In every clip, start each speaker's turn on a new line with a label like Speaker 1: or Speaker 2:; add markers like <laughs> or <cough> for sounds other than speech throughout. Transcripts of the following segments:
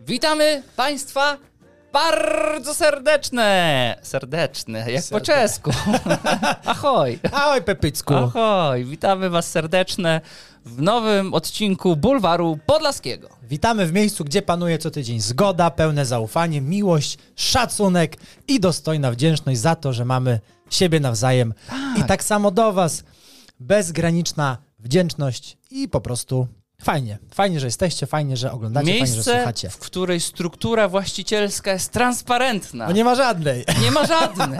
Speaker 1: Witamy Państwa bardzo serdeczne. Serdeczne, jak po
Speaker 2: Serde- <laughs>
Speaker 1: czesku. Ahoj.
Speaker 2: Ahoj Pepycku.
Speaker 1: Ahoj, witamy Was serdeczne w nowym odcinku Bulwaru Podlaskiego.
Speaker 2: Witamy w miejscu, gdzie panuje co tydzień zgoda, pełne zaufanie, miłość, szacunek i dostojna wdzięczność za to, że mamy siebie nawzajem. I tak samo do Was bezgraniczna wdzięczność i po prostu fajnie. Fajnie, że jesteście, fajnie, że oglądacie, fajnie, że
Speaker 1: Miejsce,
Speaker 2: słuchacie.
Speaker 1: w której struktura właścicielska jest transparentna.
Speaker 2: No nie ma żadnej. <laughs>
Speaker 1: Nie ma żadnej.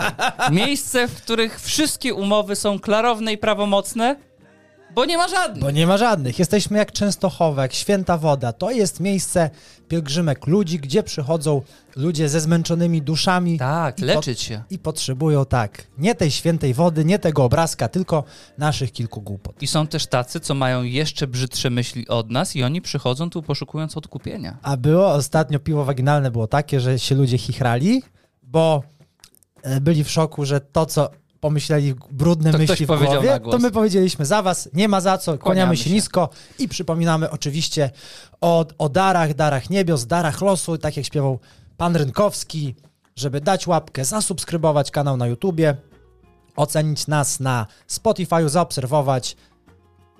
Speaker 1: Miejsce, w których wszystkie umowy są klarowne i prawomocne, bo nie ma
Speaker 2: Bo
Speaker 1: żadnej.
Speaker 2: nie ma żadnych. Jesteśmy jak Częstochowa, jak Święta Woda. To jest miejsce pielgrzymek ludzi, gdzie przychodzą ludzie ze zmęczonymi duszami.
Speaker 1: Tak,
Speaker 2: I
Speaker 1: leczyć się.
Speaker 2: i potrzebują tak, nie tej świętej wody, nie tego obrazka, tylko naszych kilku głupot.
Speaker 1: I są też tacy, co mają jeszcze brzydsze myśli od nas i oni przychodzą tu poszukując odkupienia.
Speaker 2: A było ostatnio piwo waginalne było takie, że się ludzie chichrali, bo e, byli w szoku, że to co pomyśleli brudne
Speaker 1: To ktoś
Speaker 2: myśli w
Speaker 1: powiedział
Speaker 2: głowie,
Speaker 1: na głos.
Speaker 2: to my powiedzieliśmy za was, nie ma za co, kłaniamy,
Speaker 1: Kłaniamy
Speaker 2: się,
Speaker 1: się.
Speaker 2: nisko i przypominamy oczywiście o, o darach, darach niebios, darach losu, tak jak śpiewał pan Rynkowski, żeby dać łapkę, zasubskrybować kanał na YouTubie, ocenić nas na Spotify, zaobserwować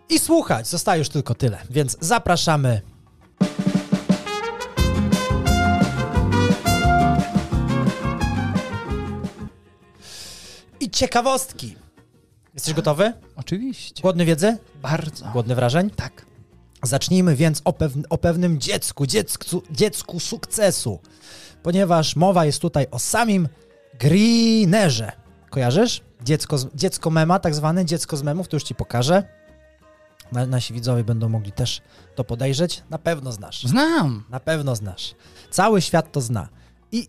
Speaker 2: i słuchać. Zostaje już tylko tyle, więc zapraszamy. I ciekawostki. Jesteś gotowy?
Speaker 1: Oczywiście.
Speaker 2: Głodny wiedzy?
Speaker 1: Bardzo.
Speaker 2: Głodny wrażeń?
Speaker 1: Tak.
Speaker 2: Zacznijmy więc o, pewn- o pewnym dziecku, dziecku, dziecku sukcesu, ponieważ mowa jest tutaj o samym Greenerze. Kojarzysz? Dziecko, z, dziecko mema, tak zwane dziecko z memów, to już ci pokażę. Na, nasi widzowie będą mogli też to podejrzeć. Na pewno znasz.
Speaker 1: Znam.
Speaker 2: Na pewno znasz. Cały świat to zna. I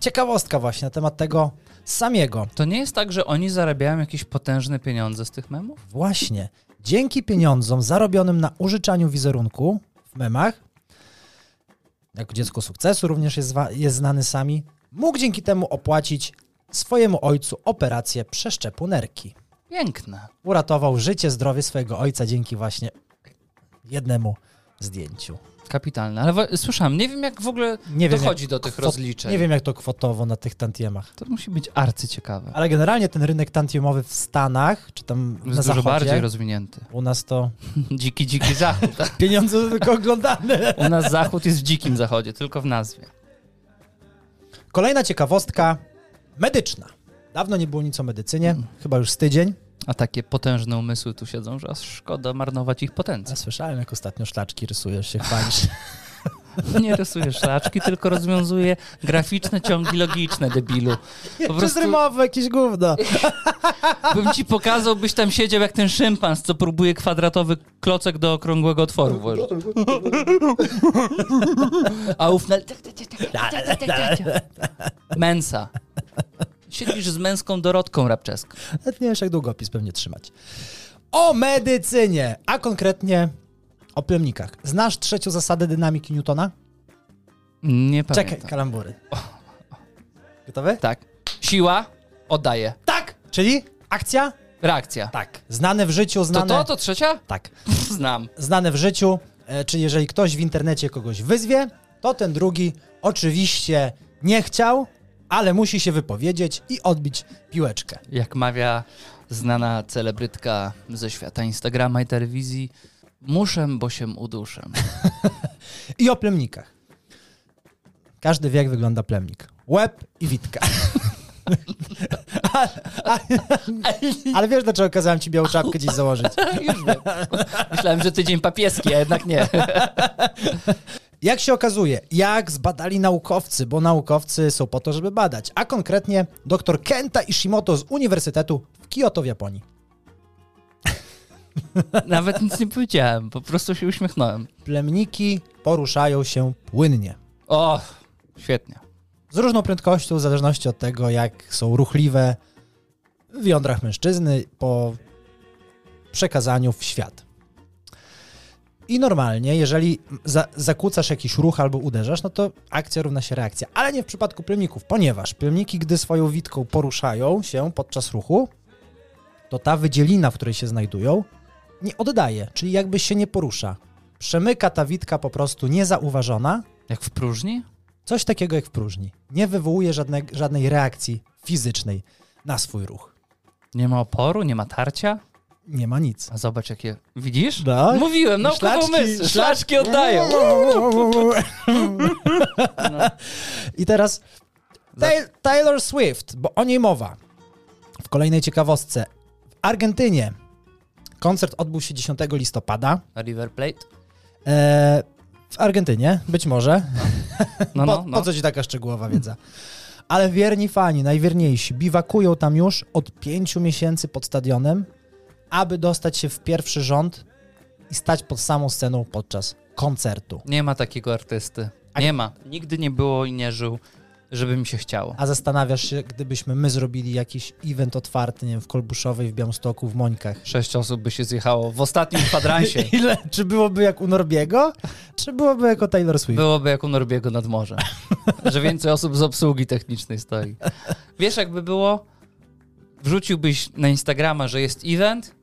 Speaker 2: ciekawostka właśnie na temat tego samego.
Speaker 1: To nie jest tak, że oni zarabiają jakieś potężne pieniądze z tych memów?
Speaker 2: Właśnie. Dzięki pieniądzom zarobionym na użyczaniu wizerunku w memach, jako dziecko sukcesu również jest, zwa- jest znany sami, mógł dzięki temu opłacić swojemu ojcu operację przeszczepu nerki.
Speaker 1: Piękne.
Speaker 2: Uratował życie, zdrowie swojego ojca dzięki właśnie jednemu zdjęciu.
Speaker 1: Kapitalne. Ale wa- słyszałem, nie wiem jak w ogóle
Speaker 2: Nie wiem,
Speaker 1: dochodzi
Speaker 2: jak
Speaker 1: do tych
Speaker 2: kwot-
Speaker 1: rozliczeń.
Speaker 2: Nie wiem jak to kwotowo na tych tantiemach.
Speaker 1: To musi być arcyciekawe.
Speaker 2: Ale generalnie ten rynek tantiemowy w Stanach, czy tam
Speaker 1: Jest
Speaker 2: na
Speaker 1: dużo
Speaker 2: zachodzie,
Speaker 1: bardziej rozwinięty. <laughs>
Speaker 2: u nas to
Speaker 1: Dziki, dziki zachód.
Speaker 2: pieniądze <laughs> tylko oglądane.
Speaker 1: <laughs> U nas zachód jest w dzikim zachodzie, tylko w nazwie.
Speaker 2: Kolejna ciekawostka medyczna. Dawno nie było nic o medycynie,
Speaker 1: Mm.
Speaker 2: chyba już z tydzień.
Speaker 1: A takie potężne umysły tu siedzą, że aż szkoda marnować ich potencjał.
Speaker 2: Ja słyszałem, jak ostatnio szlaczki rysujesz się,
Speaker 1: <laughs>
Speaker 2: chwalisz.
Speaker 1: Nie rysuje szlaczki, tylko rozwiązuje graficzne ciągi logiczne, debilu. Po
Speaker 2: Jeszcze z
Speaker 1: prostu
Speaker 2: rymowy, jakieś gówno.
Speaker 1: bym ci pokazał, byś tam siedział jak ten szympans, co próbuje kwadratowy klocek do okrągłego otworu włożyć. A ufna... Mensa. Siedzisz z męską Dorotką Rabczeską.
Speaker 2: Nawet nie wiesz, jak długopis pewnie trzymać. O medycynie, a konkretnie o plemnikach. Znasz trzecią zasadę dynamiki Newtona?
Speaker 1: Nie pamiętam.
Speaker 2: Czekaj, kalambury. Gotowy?
Speaker 1: Tak. Siła oddaje.
Speaker 2: Tak! Czyli akcja?
Speaker 1: Reakcja.
Speaker 2: Tak. Znane w życiu,
Speaker 1: To
Speaker 2: znane...
Speaker 1: to, to trzecia?
Speaker 2: Tak.
Speaker 1: Znam.
Speaker 2: znane w życiu, e, czyli jeżeli ktoś w internecie kogoś wyzwie, to ten drugi oczywiście nie chciał, ale musi się wypowiedzieć i odbić piłeczkę.
Speaker 1: Jak mawia znana celebrytka ze świata Instagrama i telewizji, muszę, bo się uduszę.
Speaker 2: I o plemnikach. Każdy wie, jak wygląda plemnik. Łeb i witka. <laughs> ale, ale wiesz, dlaczego kazałem ci białą czapkę dziś założyć?
Speaker 1: <laughs> Już wiem. Myślałem, że tydzień papieski, a jednak nie.
Speaker 2: Jak się okazuje, jak zbadali naukowcy, bo naukowcy są po to, żeby badać, a konkretnie dr Kenta Ishimoto z Uniwersytetu w Kyoto w Japonii.
Speaker 1: <laughs> Nawet nic nie powiedziałem, po prostu się uśmiechnąłem.
Speaker 2: plemniki poruszają się płynnie.
Speaker 1: O, świetnie.
Speaker 2: Z różną prędkością, w zależności od tego, jak są ruchliwe w jądrach mężczyzny po przekazaniu w świat. I normalnie, jeżeli za zakłócasz jakiś ruch albo uderzasz, no to akcja równa się reakcja. Ale nie w przypadku plemników, ponieważ plemniki, gdy swoją witką poruszają się podczas ruchu, to ta wydzielina, w której się znajdują, nie oddaje, czyli jakby się nie porusza. Przemyka ta witka po prostu niezauważona
Speaker 1: Jak w próżni?
Speaker 2: Coś takiego jak w próżni. Nie wywołuje żadne, żadnej reakcji fizycznej na swój ruch.
Speaker 1: Nie ma oporu, nie ma tarcia?
Speaker 2: Nie ma nic.
Speaker 1: A zobacz jakie... Widzisz?
Speaker 2: Tak.
Speaker 1: Mówiłem, no umysł, szlaczki oddają. No.
Speaker 2: <laughs> I teraz
Speaker 1: Za-
Speaker 2: Ta- Taylor Swift, bo o niej mowa. W kolejnej ciekawostce. W Argentynie koncert odbył się 10 listopada.
Speaker 1: River
Speaker 2: <laughs>
Speaker 1: Plate?
Speaker 2: E, w Argentynie, być może.
Speaker 1: No,
Speaker 2: po,
Speaker 1: no, no.
Speaker 2: po co ci taka szczegółowa wiedza? Ale wierni fani, najwierniejsi, biwakują tam już od pięciu miesięcy pod stadionem, aby dostać się w pierwszy rząd i stać pod samą sceną podczas koncertu.
Speaker 1: Nie ma takiego artysty.
Speaker 2: A-
Speaker 1: Nie ma. Nigdy nie było i nie żył, żeby mi się chciało.
Speaker 2: A zastanawiasz się, gdybyśmy my zrobili jakiś event otwarty, nie wiem, w Kolbuszowej, w Białymstoku, w Mońkach.
Speaker 1: Sześć osób by się zjechało w ostatnim
Speaker 2: <laughs>
Speaker 1: kwadransie.
Speaker 2: Ile? Czy byłoby jak u Norbiego, czy byłoby jak u Taylor Swift?
Speaker 1: Byłoby jak u Norbiego nad morzem. że więcej osób z obsługi technicznej stoi. Wiesz, jakby było, wrzuciłbyś na Instagrama, że jest event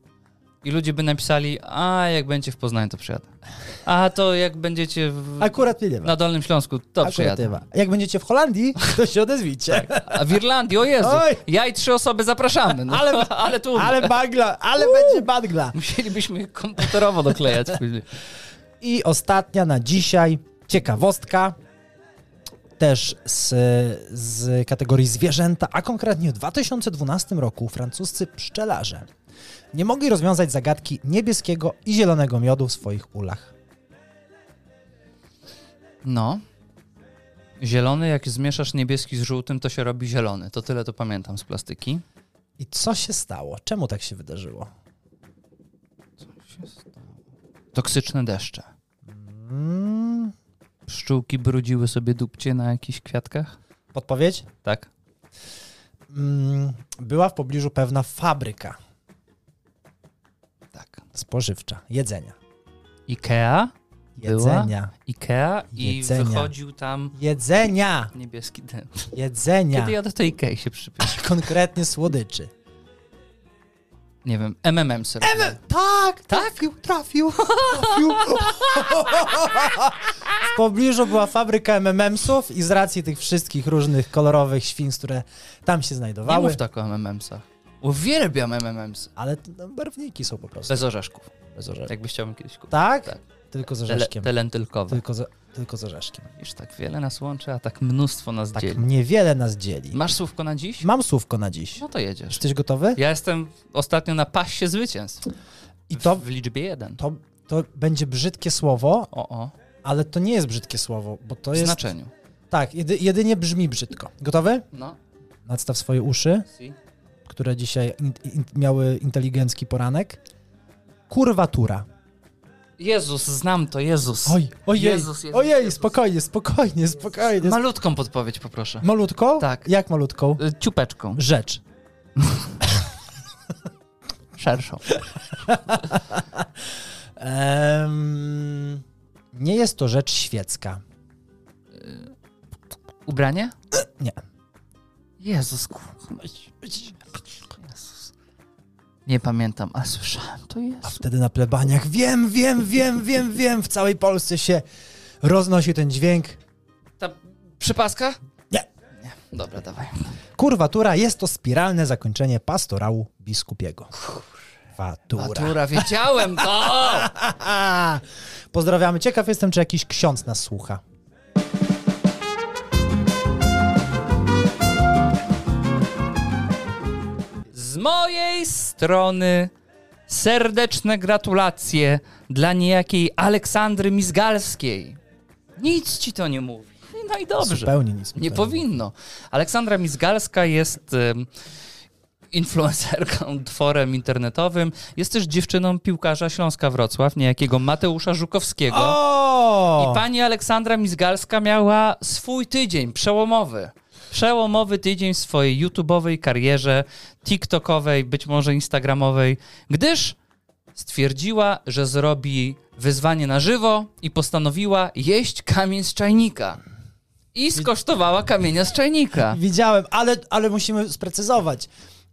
Speaker 1: i ludzie by napisali, a jak będzie w Poznaniu, to przyjadę. A to jak będziecie w,
Speaker 2: Akurat nie wiem.
Speaker 1: na Dolnym Śląsku, to
Speaker 2: Akurat nie
Speaker 1: przyjadę.
Speaker 2: ma. Jak będziecie w Holandii, to się
Speaker 1: <laughs>
Speaker 2: odezwijcie.
Speaker 1: A w Irlandii, o Jezu,
Speaker 2: Oj.
Speaker 1: ja i trzy osoby zapraszamy. No, ale, ale tu...
Speaker 2: Ale bagla, ale będzie bagla.
Speaker 1: Musielibyśmy komputerowo doklejać później.
Speaker 2: I ostatnia na dzisiaj ciekawostka. Też z, z kategorii zwierzęta, a konkretnie w 2012 roku francuscy pszczelarze nie mogli rozwiązać zagadki niebieskiego i zielonego miodu w swoich ulach.
Speaker 1: No. Zielony, jak zmieszasz niebieski z żółtym, to się robi zielony. To tyle to pamiętam z plastyki.
Speaker 2: I co się stało? Czemu tak się wydarzyło?
Speaker 1: Toksyczne deszcze.
Speaker 2: Mm,
Speaker 1: Pszczółki brudziły sobie dupcie na jakichś kwiatkach?
Speaker 2: podpowiedź?
Speaker 1: Tak.
Speaker 2: Mm, była w pobliżu pewna fabryka
Speaker 1: Tak.
Speaker 2: spożywcza, jedzenia.
Speaker 1: Ikea? Była?
Speaker 2: Jedzenia.
Speaker 1: Ikea i
Speaker 2: Jedzenia.
Speaker 1: wychodził tam
Speaker 2: Jedzenia!
Speaker 1: niebieski dym.
Speaker 2: Jedzenia!
Speaker 1: Kiedy ja do tej Ikei się przypiszę?
Speaker 2: <laughs> Konkretnie słodyczy.
Speaker 1: Nie wiem, MMM sobie. robię.
Speaker 2: Tak, trafił, <laughs> trafił, trafił. W pobliżu była fabryka MMM-sów i z racji tych wszystkich różnych kolorowych świństw, które tam się
Speaker 1: Nie
Speaker 2: znajdowały,
Speaker 1: mów tak o MMM-sach. Uwielbiam MMM-sy.
Speaker 2: ale t- no, barwniki są po prostu.
Speaker 1: Bez orzeszków.
Speaker 2: Bez orze-
Speaker 1: Jakbyś chciał kiedyś kupić.
Speaker 2: tak?
Speaker 1: Tak.
Speaker 2: Tylko z
Speaker 1: Te,
Speaker 2: orzeszkiem.
Speaker 1: te lentylkowe.
Speaker 2: Tylko, z, tylko z orzeszkiem.
Speaker 1: Już tak wiele nas łączy, a tak mnóstwo nas
Speaker 2: Tak,
Speaker 1: dzieli.
Speaker 2: niewiele nas dzieli.
Speaker 1: Masz słówko na dziś?
Speaker 2: Mam słówko na dziś.
Speaker 1: No to jedziesz.
Speaker 2: Jesteś gotowy?
Speaker 1: Ja jestem ostatnio na paście zwycięstw.
Speaker 2: I to,
Speaker 1: W, w liczbie jeden.
Speaker 2: to, to będzie brzydkie słowo,
Speaker 1: O, o.
Speaker 2: ale to nie jest brzydkie słowo, bo to
Speaker 1: W
Speaker 2: jest.
Speaker 1: znaczeniu.
Speaker 2: Tak, jedy, jedynie brzmi brzydko. Gotowy?
Speaker 1: No.
Speaker 2: Nadstaw swoje uszy,
Speaker 1: Si.
Speaker 2: które dzisiaj in, in, miały inteligencki poranek. Kurwatura.
Speaker 1: Jezus, znam to, Jezus.
Speaker 2: Oj, ojej,
Speaker 1: Jezus, Jezus,
Speaker 2: ojej,
Speaker 1: Jezus.
Speaker 2: spokojnie, spokojnie, spokojnie.
Speaker 1: Malutką podpowiedź poproszę.
Speaker 2: malutką?
Speaker 1: Tak.
Speaker 2: Jak malutką?
Speaker 1: Y, Ciupeczką,
Speaker 2: Rzecz.
Speaker 1: szerszą.
Speaker 2: Em, nie jest to rzecz świecka.
Speaker 1: Ubranie?
Speaker 2: Y, Nie.
Speaker 1: Jezus, kurwa. Jezus. Nie pamiętam, ale słyszałem, to
Speaker 2: A
Speaker 1: jest.
Speaker 2: wtedy na plebaniach wiem, wiem, wiem, wiem, wiem, w całej Polsce się roznosi ten dźwięk.
Speaker 1: Ta przypaska?
Speaker 2: Nie.
Speaker 1: Nie, dobra, dawaj.
Speaker 2: Kurwatura jest to spiralne zakończenie pastorału biskupiego. Kurwatura.
Speaker 1: Natura, wiedziałem to!
Speaker 2: A, pozdrawiamy. Ciekaw jestem, czy jakiś ksiądz nas słucha.
Speaker 1: Z mojej strony serdeczne gratulacje dla niejakiej Aleksandry Mizgalskiej. Nic ci to nie mówi. No i dobrze.
Speaker 2: Zupełnie nic. mi
Speaker 1: Nie
Speaker 2: to
Speaker 1: powinno. Aleksandra Mizgalska jest em, influencerką, tworem internetowym. Jest też dziewczyną piłkarza Śląska Wrocław, niejakiego Mateusza Żukowskiego.
Speaker 2: O!
Speaker 1: I pani Aleksandra Mizgalska miała swój tydzień przełomowy. Przełomowy tydzień w swojej YouTube'owej karierze, TikTokowej, być może Instagramowej, gdyż stwierdziła, że zrobi wyzwanie na żywo i postanowiła jeść kamień z czajnika. I skosztowała kamienia z czajnika.
Speaker 2: Widziałem, ale, ale musimy sprecyzować.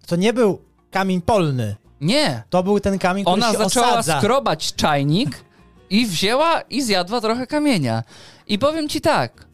Speaker 2: To nie był kamień polny.
Speaker 1: Nie,
Speaker 2: To był ten kamień, który
Speaker 1: ona
Speaker 2: się
Speaker 1: zaczęła
Speaker 2: osadza.
Speaker 1: skrobać czajnik I wzięła i zjadła trochę kamienia. I powiem ci tak.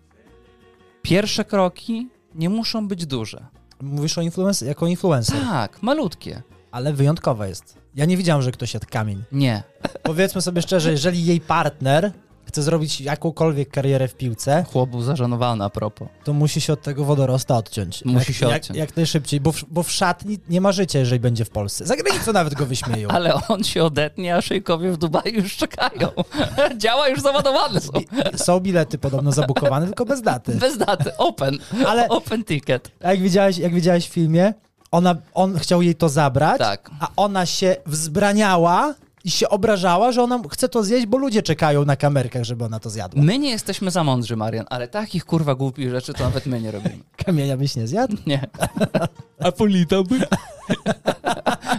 Speaker 1: Pierwsze kroki nie muszą być duże.
Speaker 2: Mówisz o influencer,
Speaker 1: <gasps>
Speaker 2: jako influencer,
Speaker 1: Tak, malutkie.
Speaker 2: ale wyjątkowa jest. Ja nie widziałem, że ktoś jadł kamień.
Speaker 1: Nie.
Speaker 2: Powiedzmy sobie szczerze, jeżeli jej partner chce zrobić jakąkolwiek karierę w piłce,
Speaker 1: Chłop był zażenowany a propos.
Speaker 2: to musi się od tego wodorosta odciąć.
Speaker 1: Musi
Speaker 2: jak,
Speaker 1: się
Speaker 2: Jak,
Speaker 1: odciąć.
Speaker 2: jak najszybciej, bo w, bo w szatni nie ma życia, jeżeli będzie w Polsce. Za granicą nawet
Speaker 1: <laughs>
Speaker 2: go wyśmieją.
Speaker 1: Ale on się odetnie, a szejkowie w Dubaju już czekają. <laughs> Działa już załadowane są.
Speaker 2: Są bilety podobno zabukowane, tylko bez daty.
Speaker 1: Bez daty, open.
Speaker 2: Ale-
Speaker 1: Open ticket.
Speaker 2: A jak widziałeś, jak widziałeś w filmie, ona, on chciał jej to zabrać,
Speaker 1: Tak.
Speaker 2: a ona się wzbraniała i się obrażała, że ona chce to zjeść, bo ludzie czekają na kamerkach, żeby ona to zjadła.
Speaker 1: My nie jesteśmy za mądrzy, Marian, ale takich kurwa głupich rzeczy to nawet my nie robimy.
Speaker 2: Kamienia byś nie zjadł?
Speaker 1: Nie.
Speaker 2: A polita by.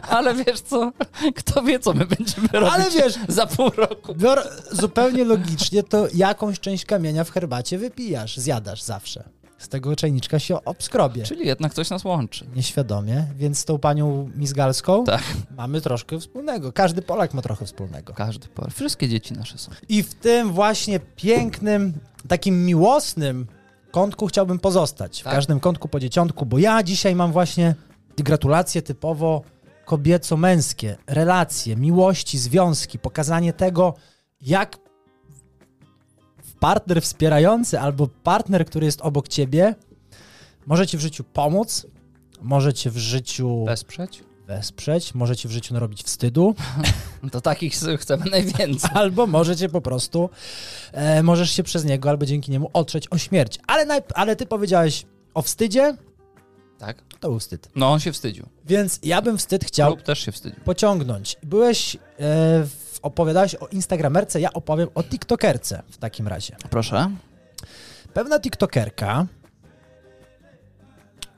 Speaker 1: Ale wiesz co? Kto wie, co my będziemy robić
Speaker 2: Ale wiesz,
Speaker 1: <laughs> za pół roku.
Speaker 2: bior, zupełnie logicznie to jakąś część kamienia w herbacie wypijasz, zjadasz zawsze. Z tego czajniczka się obskrobie.
Speaker 1: Czyli jednak coś nas łączy.
Speaker 2: Nieświadomie, więc z tą panią Mizgalską
Speaker 1: Tak.
Speaker 2: mamy troszkę wspólnego. Każdy Polak ma trochę wspólnego.
Speaker 1: Każdy por. Wszystkie dzieci nasze są.
Speaker 2: I w tym właśnie pięknym, takim miłosnym kątku chciałbym pozostać. W
Speaker 1: Tak.
Speaker 2: każdym kątku po dzieciątku, bo ja dzisiaj mam właśnie gratulacje typowo kobieco-męskie, relacje, miłości, związki, pokazanie tego, jak partner wspierający albo partner, który jest obok ciebie, może ci w życiu pomóc, może cię w życiu
Speaker 1: Wesprzeć?
Speaker 2: wesprzeć, może ci w życiu narobić wstydu.
Speaker 1: No To takich chcemy najwięcej.
Speaker 2: <laughs> Albo możecie po prostu, e, możesz się przez niego albo dzięki niemu otrzeć o śmierć. Ale, najp- ale ty powiedziałeś o wstydzie,
Speaker 1: <laughs> Tak?
Speaker 2: to był wstyd.
Speaker 1: No on się wstydził.
Speaker 2: Więc ja bym wstyd chciał
Speaker 1: Lub też się wstydził.
Speaker 2: pociągnąć. Byłeś, e, w- opowiadałeś o instagramerce, ja opowiem o tiktokerce w takim razie.
Speaker 1: Proszę.
Speaker 2: Pewna tiktokerka,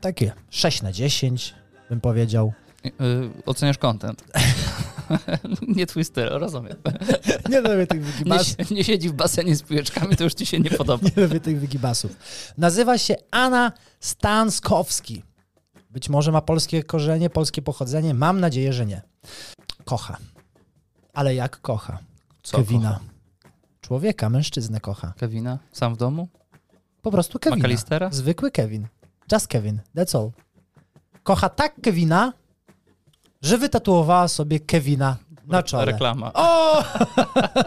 Speaker 2: takie 6 na 10 bym powiedział.
Speaker 1: Y, y, oceniasz content. <laughs> nie twój styl, <laughs> rozumiem.
Speaker 2: Nie tak lubię tych
Speaker 1: Nie,
Speaker 2: wygibasów.
Speaker 1: si- nie siedzi w basenie z piłeczkami, to już ci się nie <laughs> podoba.
Speaker 2: Nie lubię tych wygibasów. Nazywa się Anna Stanskowski. Być może ma polskie korzenie, polskie pochodzenie. Mam nadzieję, że nie. Kocha. Ale jak kocha?
Speaker 1: Co
Speaker 2: Kevina.
Speaker 1: kocha?
Speaker 2: Człowieka, mężczyznę kocha.
Speaker 1: Kevina? Sam w domu?
Speaker 2: Po prostu Kevina.
Speaker 1: McAllistera?
Speaker 2: Zwykły Kevin. Just Kevin. That's all. Kocha tak Kevina, że wytatuowała sobie Kevina na czole.
Speaker 1: No, Reklama.
Speaker 2: O! <laughs>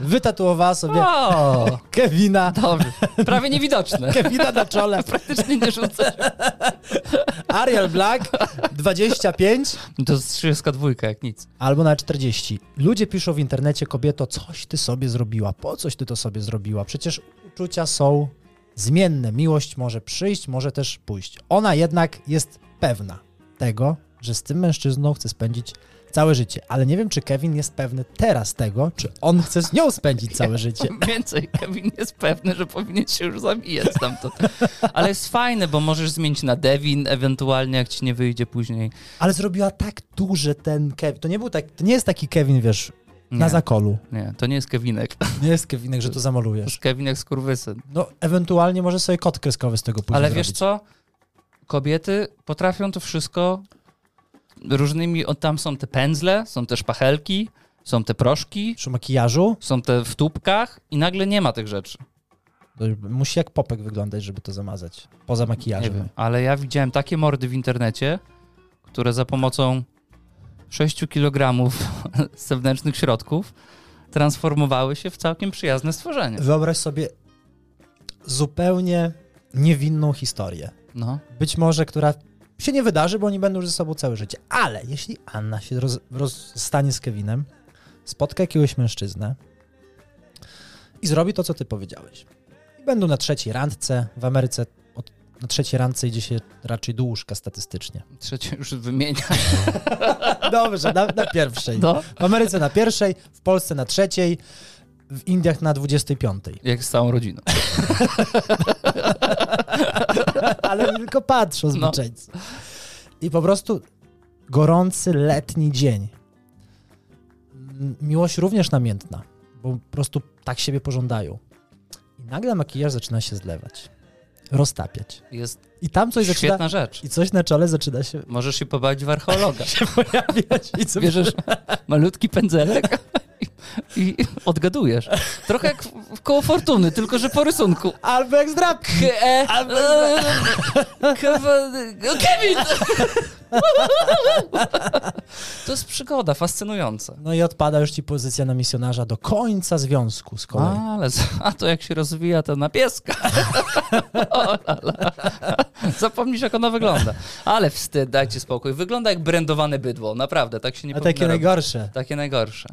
Speaker 2: wytatuowała sobie
Speaker 1: O!
Speaker 2: Kevina,
Speaker 1: <laughs> Dobrze. Prawie niewidoczne.
Speaker 2: Kevina na czole.
Speaker 1: Praktycznie nie rzucę.
Speaker 2: Ariel Black 25
Speaker 1: To jest 30 dwójka, jak nic.
Speaker 2: albo na 40. Ludzie piszą w internecie, kobieto, coś ty sobie zrobiła, po coś ty to sobie zrobiła. Przecież uczucia są zmienne. Miłość może przyjść, może też pójść. Ona jednak jest pewna tego, że z tym mężczyzną chce spędzić całe życie. Ale nie wiem, czy Kevin jest pewny teraz tego, czy on chce z nią spędzić całe życie.
Speaker 1: <laughs> Więcej, Kevin jest pewny, że powinien się już zabijać stamtąd. Ale jest fajne, bo możesz zmienić na Devin, ewentualnie jak ci nie wyjdzie później.
Speaker 2: Ale zrobiła tak duże ten Kevin. To nie był tak, to nie jest taki Kevin, wiesz,
Speaker 1: Nie,
Speaker 2: na zakolu.
Speaker 1: nie to nie jest Kevinek. To
Speaker 2: Nie jest Kevinek, że to zamalujesz.
Speaker 1: jest Kevinek z kurwysyn.
Speaker 2: No, ewentualnie może sobie kod kreskowy z tego później
Speaker 1: Ale wiesz
Speaker 2: zrobić.
Speaker 1: co? Kobiety potrafią to wszystko różnymi, o, tam są te pędzle, są te szpachelki, są te proszki,
Speaker 2: Przy makijażu
Speaker 1: są te w tubkach i nagle nie ma tych rzeczy.
Speaker 2: to musi jak popek wyglądać, żeby to zamazać. Poza
Speaker 1: Nie
Speaker 2: makijażem.
Speaker 1: wiem, ale ja widziałem takie mordy w internecie, które za pomocą 6 kg <laughs> zewnętrznych środków transformowały się w całkiem przyjazne stworzenie.
Speaker 2: Wyobraź sobie zupełnie niewinną historię.
Speaker 1: No,
Speaker 2: Być może, która się nie wydarzy, bo oni będą już ze sobą całe życie. Ale jeśli Anna się roz, rozstanie z Kevinem, spotka jakiegoś mężczyznę i zrobi to, co ty powiedziałeś. I będą na trzeciej randce. W Ameryce od, na trzeciej randce idzie się raczej do łóżka statystycznie.
Speaker 1: trzecie już wymienia.
Speaker 2: Dobrze, na, na pierwszej.
Speaker 1: No,
Speaker 2: W Ameryce na pierwszej, w Polsce na trzeciej, w Indiach na 25.
Speaker 1: jak z całą rodziną.
Speaker 2: Ale tylko patrzą
Speaker 1: No.
Speaker 2: zboczeńcy. I po prostu gorący letni dzień. M- Miłość również namiętna, bo po prostu tak siebie pożądają. I nagle makijaż zaczyna się zlewać, roztapiać.
Speaker 1: Jest
Speaker 2: No I tam coś
Speaker 1: świetna
Speaker 2: zaczyna...
Speaker 1: rzeć.
Speaker 2: I coś na czole zaczyna się <laughs>
Speaker 1: Możesz się pobawić w archeologa.
Speaker 2: pojawiać. I co
Speaker 1: Bierzesz malutki pędzelek i <laughs> i odgadujesz. Trochę jak w- w koło fortuny, tylko że po rysunku.
Speaker 2: Albo jak zdrab.
Speaker 1: K- e- e- Kewa- no, Kevin! To jest przygoda, fascynująca.
Speaker 2: No i odpada już ci pozycja na misjonarza do końca związku z kolei.
Speaker 1: A, ale z- a to jak się rozwija, to na pieska. <laughs> O, la, la. Zapomnisz, jak ona wygląda. Ale wstyd, dajcie spokój. Wygląda jak brandowane bydło, naprawdę, tak się nie
Speaker 2: A
Speaker 1: powinno
Speaker 2: takie
Speaker 1: robić.
Speaker 2: najgorsze.
Speaker 1: Takie najgorsze.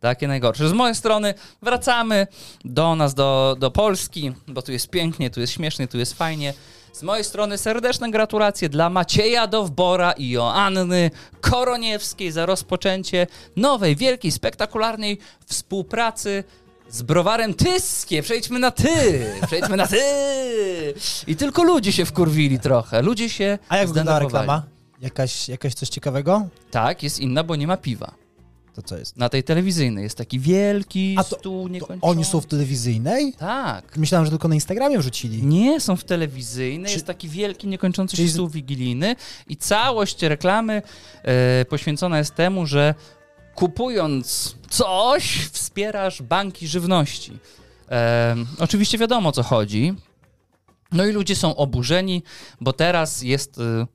Speaker 1: Takie najgorsze. Z mojej strony wracamy do nas, do, do Polski, bo tu jest pięknie, tu jest śmiesznie, tu jest fajnie. Z mojej strony serdeczne gratulacje dla Macieja Dowbora i Joanny Koroniewskiej za rozpoczęcie nowej, wielkiej, spektakularnej współpracy z browarem Tyskie. Przejdźmy na ty! Przejdźmy na ty! I tylko ludzie się wkurwili trochę. Ludzie się
Speaker 2: A jak wygląda
Speaker 1: zdenerwowali.
Speaker 2: reklama? Jakaś, jakaś coś ciekawego?
Speaker 1: Tak, jest inna, bo nie ma piwa
Speaker 2: To co jest?
Speaker 1: na tej telewizyjnej. Jest taki wielki
Speaker 2: A to-
Speaker 1: stół
Speaker 2: To
Speaker 1: niekończony.
Speaker 2: oni są w telewizyjnej?
Speaker 1: Tak.
Speaker 2: Myślałem, że tylko na Instagramie wrzucili.
Speaker 1: Nie, są w telewizyjnej,
Speaker 2: Czy-
Speaker 1: jest taki wielki, niekończący
Speaker 2: Czyli
Speaker 1: się
Speaker 2: z-
Speaker 1: stół wigilijny i całość reklamy e, poświęcona jest temu, że kupując coś, wspierasz banki żywności. E, oczywiście wiadomo, o co chodzi. No i ludzie są oburzeni, bo teraz jest e,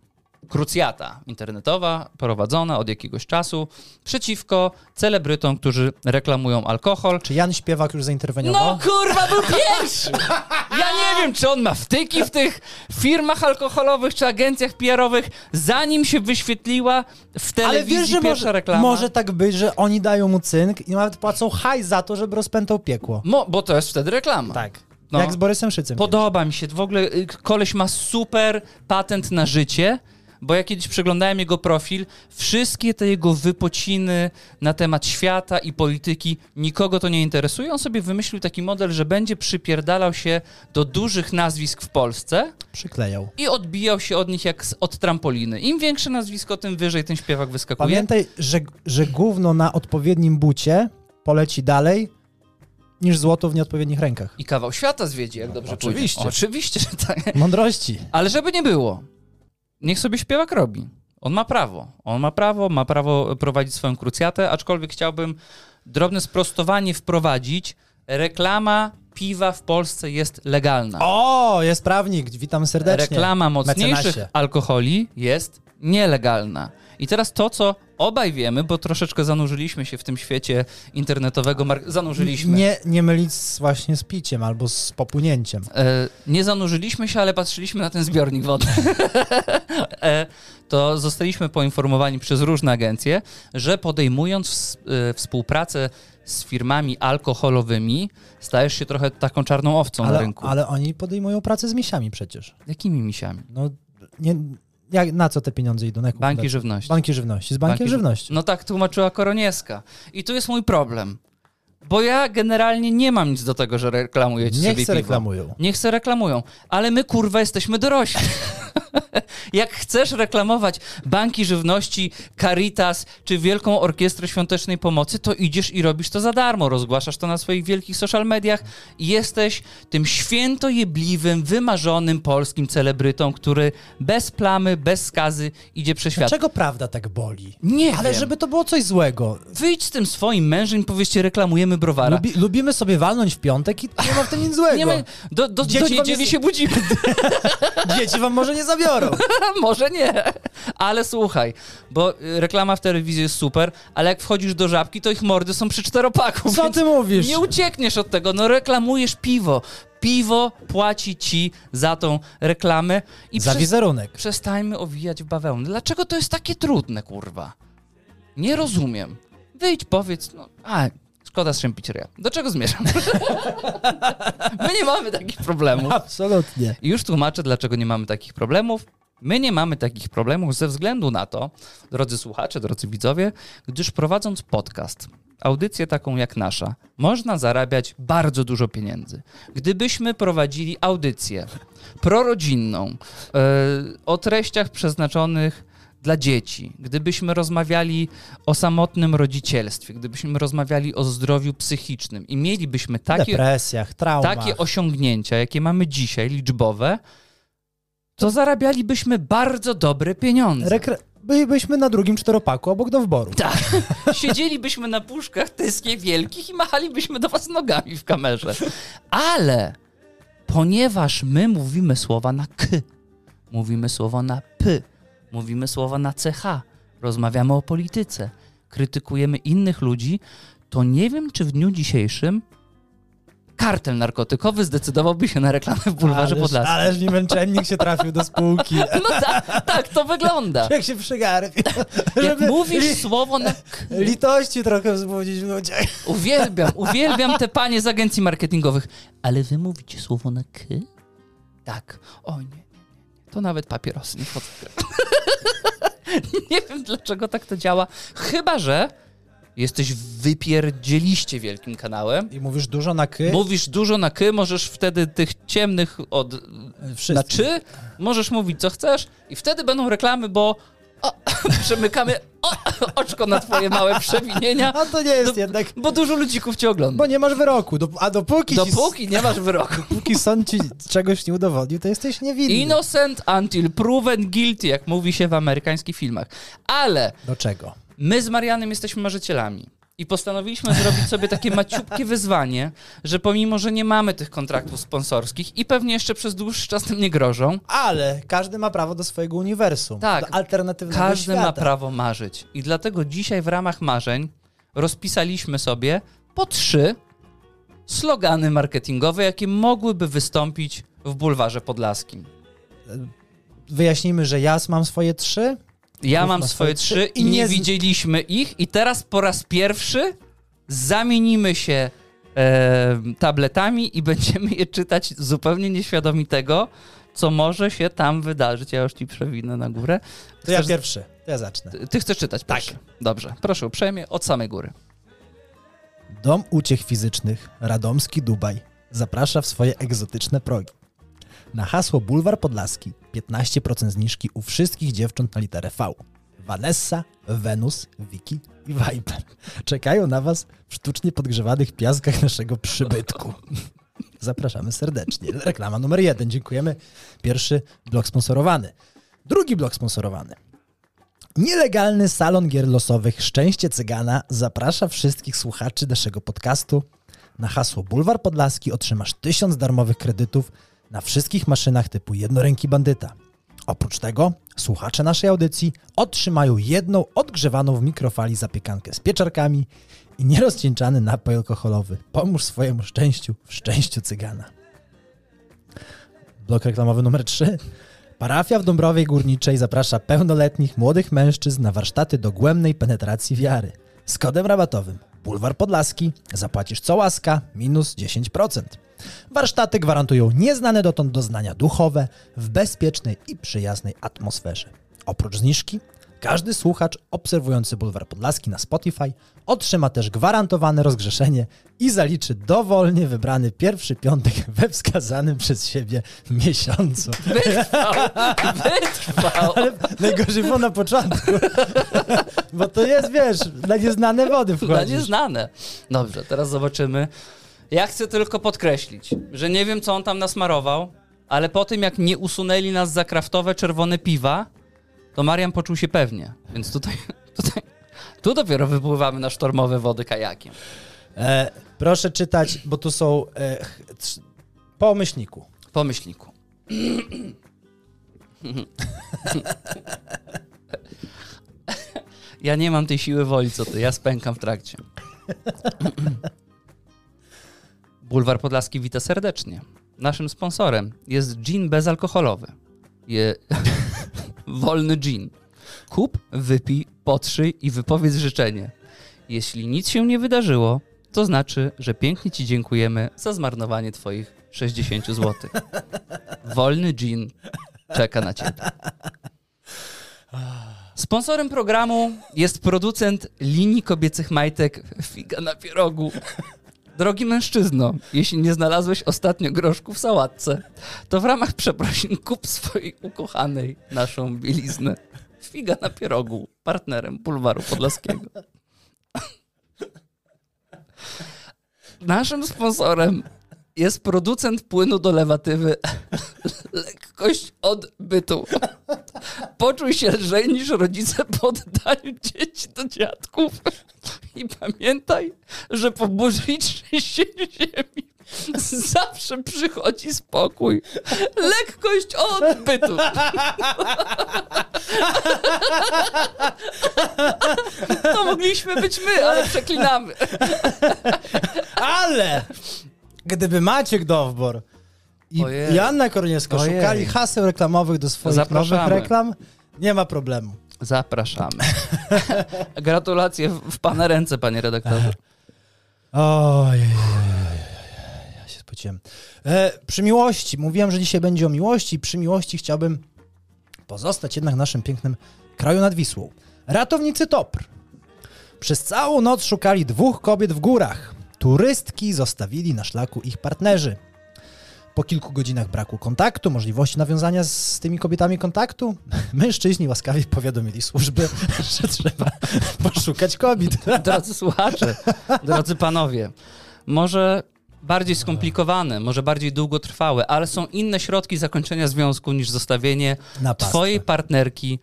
Speaker 1: krucjata internetowa prowadzona od jakiegoś czasu przeciwko celebrytom, którzy reklamują alkohol.
Speaker 2: Czy Jan Śpiewak już zainterweniował?
Speaker 1: No kurwa, był pierwszy! Ja nie wiem, czy on ma wtyki w tych firmach alkoholowych czy agencjach PR-owych, zanim się wyświetliła w
Speaker 2: Ale
Speaker 1: telewizji
Speaker 2: wiesz, że
Speaker 1: pierwsza
Speaker 2: może,
Speaker 1: reklama.
Speaker 2: może tak być, że oni dają mu cynk i nawet płacą haj za to, żeby rozpętał piekło.
Speaker 1: Mo, bo to jest wtedy reklama.
Speaker 2: Tak.
Speaker 1: No.
Speaker 2: Jak z Borysem Szycem.
Speaker 1: Podoba mi się. W ogóle y, koleś ma super patent na życie, bo ja kiedyś przeglądałem jego profil, wszystkie te jego wypociny na temat świata i polityki nikogo to nie interesuje. On sobie wymyślił taki model, że będzie przypierdalał się do dużych nazwisk w Polsce.
Speaker 2: Przyklejał.
Speaker 1: i odbijał się od nich jak z, od trampoliny. Im większe nazwisko, tym wyżej ten śpiewak wyskakuje.
Speaker 2: Pamiętaj, że, że gówno na odpowiednim bucie poleci dalej niż złoto w nieodpowiednich rękach.
Speaker 1: I kawał świata zwiedzi, jak dobrze pójdzie.
Speaker 2: oczywiście.
Speaker 1: Oczywiście, że tak.
Speaker 2: Mądrości.
Speaker 1: Ale żeby nie było, niech sobie śpiewak robi. On ma prawo. On ma prawo, ma prawo prowadzić swoją krucjatę, aczkolwiek chciałbym drobne sprostowanie wprowadzić. Reklama piwa w Polsce jest legalna.
Speaker 2: O, jest prawnik, witam serdecznie.
Speaker 1: Reklama mocniejszych
Speaker 2: mecenasie.
Speaker 1: alkoholi jest nielegalna. I teraz to, co obaj wiemy, bo troszeczkę zanurzyliśmy się w tym świecie internetowego, mar- zanurzyliśmy.
Speaker 2: Nie, nie mylić z, właśnie z piciem albo z popłynięciem.
Speaker 1: E, nie zanurzyliśmy się, ale patrzyliśmy na ten zbiornik wodny. <laughs> e, to zostaliśmy poinformowani przez różne agencje, że podejmując ws- e, współpracę z firmami alkoholowymi, stajesz się trochę taką czarną owcą na
Speaker 2: Ale,
Speaker 1: rynku.
Speaker 2: ale oni podejmują pracę z misiami przecież.
Speaker 1: Jakimi misiami?
Speaker 2: No, nie, jak, na co te pieniądze idą? Na jaką
Speaker 1: Banki
Speaker 2: fundację?
Speaker 1: żywności.
Speaker 2: Banki Żywności. Z Bankiem
Speaker 1: Banki Ży-
Speaker 2: Żywności.
Speaker 1: No tak tłumaczyła Koronieska. I tu jest mój problem. Bo ja generalnie nie mam nic do tego, że reklamujecie
Speaker 2: Niech
Speaker 1: Mm, sobie
Speaker 2: se
Speaker 1: piwo. Mm,
Speaker 2: reklamują.
Speaker 1: Niech se reklamują. Ale my, kurwa, jesteśmy dorośli. <laughs> Jak chcesz reklamować Banki Żywności, Caritas czy Wielką Orkiestrę Świątecznej Pomocy, to idziesz i robisz to za darmo. Rozgłaszasz to na swoich wielkich social mediach i jesteś tym świętojebliwym, wymarzonym polskim celebrytą, który bez plamy, bez skazy idzie przez świat.
Speaker 2: Dlaczego prawda tak boli?
Speaker 1: Nie
Speaker 2: Ale
Speaker 1: wiem.
Speaker 2: żeby to było coś złego.
Speaker 1: Wyjdź z tym swoim mężem i powiedzcie, reklamujemy browara.
Speaker 2: Lubi, lubimy sobie walnąć w piątek i nie ma w tym nic złego.
Speaker 1: Nie my, do, do,
Speaker 2: Dzieci
Speaker 1: do
Speaker 2: wam
Speaker 1: niedzieli
Speaker 2: jest-
Speaker 1: się budzimy.
Speaker 2: <laughs> Dzieci wam może nie zabiorą.
Speaker 1: <laughs> Może nie, ale słuchaj, bo y, reklama w telewizji jest super, ale jak wchodzisz do żabki, to ich mordy są przy czteropaku.
Speaker 2: Co
Speaker 1: więc
Speaker 2: ty mówisz?
Speaker 1: Nie uciekniesz od tego, no reklamujesz piwo. Piwo płaci ci za tą reklamę i
Speaker 2: Za
Speaker 1: przez-
Speaker 2: wizerunek.
Speaker 1: przestańmy owijać w bawełnę. Dlaczego to jest takie trudne, kurwa? Nie rozumiem. Wyjdź, powiedz, no, a, szkoda strzępić ryja. Do czego zmierzam? <laughs> My nie mamy takich problemów.
Speaker 2: Absolutnie.
Speaker 1: I już tłumaczę, dlaczego nie mamy takich problemów. My nie mamy takich problemów ze względu na to, drodzy słuchacze, drodzy widzowie, gdyż prowadząc podcast, audycję taką jak nasza, można zarabiać bardzo dużo pieniędzy. Gdybyśmy prowadzili audycję prorodzinną, e, o treściach przeznaczonych dla dzieci, gdybyśmy rozmawiali o samotnym rodzicielstwie, gdybyśmy rozmawiali o zdrowiu psychicznym i mielibyśmy takie
Speaker 2: Depresjach, traumach.
Speaker 1: takie osiągnięcia, jakie mamy dzisiaj, liczbowe, to zarabialibyśmy bardzo dobre pieniądze.
Speaker 2: Rekre... bylibyśmy na drugim czteropaku obok Dowboru.
Speaker 1: Tak. Siedzielibyśmy na puszkach tyskie wielkich i machalibyśmy do was nogami w kamerze. Ale ponieważ my mówimy słowa na k, mówimy słowa na p, mówimy słowa na ch, rozmawiamy o polityce, krytykujemy innych ludzi, to nie wiem, czy w dniu dzisiejszym kartel narkotykowy zdecydowałby się na reklamę w Bulwarze
Speaker 2: ależ,
Speaker 1: Podlaskim.
Speaker 2: Ależ mi męczennik się trafił do spółki.
Speaker 1: <laughs> No tak, tak to wygląda.
Speaker 2: Jak się
Speaker 1: <laughs>
Speaker 2: przygarbi.
Speaker 1: Jak
Speaker 2: <laughs> Żeby
Speaker 1: mówisz
Speaker 2: li-
Speaker 1: słowo na k,
Speaker 2: litości trochę wzbudzić w ludziach.
Speaker 1: Uwielbiam, uwielbiam te panie z agencji marketingowych. Ale wy mówicie słowo na k? Tak. O nie, nie, nie. To nawet papierosy nie chodzą. <laughs> nie wiem, dlaczego tak to działa. Chyba, że jesteś wypierdzieliście wielkim kanałem.
Speaker 2: I mówisz dużo na ky?
Speaker 1: Mówisz dużo na k, możesz wtedy tych ciemnych od...
Speaker 2: Wszystko.
Speaker 1: na czy, możesz mówić co chcesz i wtedy będą reklamy, bo o, <laughs> przemykamy o, oczko na twoje małe przewinienia,
Speaker 2: A to nie jest
Speaker 1: Do-
Speaker 2: jednak...
Speaker 1: bo dużo ludzików cię ogląda.
Speaker 2: Bo nie masz wyroku, dop- a dopóki,
Speaker 1: Dopóki nie masz wyroku.
Speaker 2: Ci, dopóki sąd ci czegoś nie udowodnił, to jesteś niewinny.
Speaker 1: Innocent until proven guilty, jak mówi się w amerykańskich filmach. Ale
Speaker 2: Do czego?
Speaker 1: my z Marianem jesteśmy marzycielami. I postanowiliśmy zrobić sobie takie maciupkie wyzwanie, że pomimo, że nie mamy tych kontraktów sponsorskich i pewnie jeszcze przez dłuższy czas nam nie grożą,
Speaker 2: Ale każdy ma prawo do swojego uniwersum,
Speaker 1: Tak.
Speaker 2: do alternatywnego
Speaker 1: każdy
Speaker 2: świata.
Speaker 1: ma prawo marzyć. I dlatego dzisiaj w ramach marzeń rozpisaliśmy sobie po trzy slogany marketingowe, jakie mogłyby wystąpić w bulwarze podlaskim.
Speaker 2: Wyjaśnijmy, że ja mam swoje trzy.
Speaker 1: Ja
Speaker 2: Mów
Speaker 1: mam
Speaker 2: na
Speaker 1: swoje trzy
Speaker 2: swoje
Speaker 1: i
Speaker 2: trzy i
Speaker 1: nie
Speaker 2: nie z-
Speaker 1: widzieliśmy ich i teraz po raz pierwszy zamienimy się e, tabletami i będziemy je czytać zupełnie nieświadomi tego, co może się tam wydarzyć. Ja już ci przewinę na górę.
Speaker 2: To ja
Speaker 1: Chcesz-
Speaker 2: pierwszy, to ja zacznę.
Speaker 1: Ty- Ty chcesz czytać,
Speaker 2: Tak.
Speaker 1: proszę. Dobrze, proszę uprzejmie, od samej góry.
Speaker 2: Dom uciech fizycznych, radomski Dubaj, zaprasza w swoje egzotyczne progi. Na hasło Bulwar Podlaski 15% zniżki u wszystkich dziewcząt na literę V. Vanessa, Venus, Vicky i Viper czekają na Was w sztucznie podgrzewanych piaskach naszego przybytku. <laughs> Zapraszamy serdecznie. Reklama numer jeden. Dziękujemy. Pierwszy blok sponsorowany. Drugi blok sponsorowany. Nielegalny salon gier losowych Szczęście Cygana zaprasza wszystkich słuchaczy naszego podcastu. Na hasło Bulwar Podlaski otrzymasz tysiąc darmowych kredytów na wszystkich maszynach typu jednoręki bandyta. Oprócz tego słuchacze naszej audycji otrzymają jedną odgrzewaną w mikrofali zapiekankę z pieczarkami i nierozcieńczany napój alkoholowy. Pomóż swojemu szczęściu w szczęściu Cygana. Blok reklamowy numer 3. Parafia w Dąbrowie Górniczej zaprasza pełnoletnich młodych mężczyzn na warsztaty dogłębnej penetracji wiary. Z kodem rabatowym Bulwar Podlaski zapłacisz co łaska minus 10%. Warsztaty gwarantują nieznane dotąd doznania duchowe w bezpiecznej i przyjaznej atmosferze. Oprócz zniżki, każdy słuchacz obserwujący Bulwar Podlaski na Spotify otrzyma też gwarantowane rozgrzeszenie i zaliczy dowolnie wybrany pierwszy piątek we wskazanym przez siebie miesiącu. <laughs>
Speaker 1: Wytrwał! Wytrwał!
Speaker 2: Ale najgorzej było na początku. <laughs> Bo to jest, wiesz, na nieznane wody
Speaker 1: Dla
Speaker 2: wchodzisz.
Speaker 1: nieznane. Dobrze, teraz zobaczymy. Ja chcę tylko podkreślić, że nie wiem, co on tam nasmarował, ale po tym, jak nie usunęli nas za kraftowe czerwone piwa, to Marian poczuł się pewnie. Więc tutaj, tutaj tu dopiero wypływamy na sztormowe wody kajakiem.
Speaker 2: E, proszę czytać, bo tu są e, ch- trz- po myślniku.
Speaker 1: Po myślniku. <laughs> Ja nie mam tej siły woli, co ty. Ja spękam w trakcie. Bulwar Podlaski wita serdecznie. Naszym sponsorem jest gin bezalkoholowy. Je... <laughs> Wolny gin. Kup, wypij, potrzyj i wypowiedz życzenie. Jeśli nic się nie wydarzyło, to znaczy, że pięknie Ci dziękujemy za zmarnowanie Twoich 60 zł. Wolny gin czeka na Ciebie. Sponsorem programu jest producent linii kobiecych majtek Figa na pierogu. Drogi mężczyzno, jeśli nie znalazłeś ostatnio groszku w sałatce, to w ramach przeprosin kup swojej ukochanej naszą bieliznę. Figa na pierogu, partnerem Bulwaru Podlaskiego. Naszym sponsorem jest producent płynu do lewatywy. Lekkość odbytu. Poczuj się lżej niż rodzice po oddaniu dzieci do dziadków. I pamiętaj, że po burzy i trzęsieniu ziemi zawsze przychodzi spokój. Lekkość odbytu. To mogliśmy być my, ale przeklinamy.
Speaker 2: Ale gdyby Maciek Dowbor i
Speaker 1: Ojej.
Speaker 2: Joanna Korniewska
Speaker 1: Ojej.
Speaker 2: szukali haseł reklamowych do swoich
Speaker 1: Zapraszamy.
Speaker 2: nowych reklam, nie ma problemu.
Speaker 1: Zapraszamy. Gratulacje w w pana ręce, panie redaktorze.
Speaker 2: Ojej, ja się spociłem. E, przy miłości, mówiłem, że dzisiaj będzie o miłości. Przy miłości chciałbym pozostać jednak w naszym pięknym kraju nad Wisłą. Ratownicy Topr. Przez całą noc szukali dwóch kobiet w górach. Turystki zostawili na szlaku ich partnerzy. Po kilku godzinach braku kontaktu, możliwości nawiązania z tymi kobietami kontaktu, <laughs> mężczyźni łaskawie powiadomili służby, <laughs> że trzeba poszukać kobiet.
Speaker 1: Drodzy słuchacze, drodzy panowie, może bardziej skomplikowane, może bardziej długotrwałe, ale są inne środki zakończenia związku niż zostawienie
Speaker 2: Na pastwę.
Speaker 1: twojej partnerki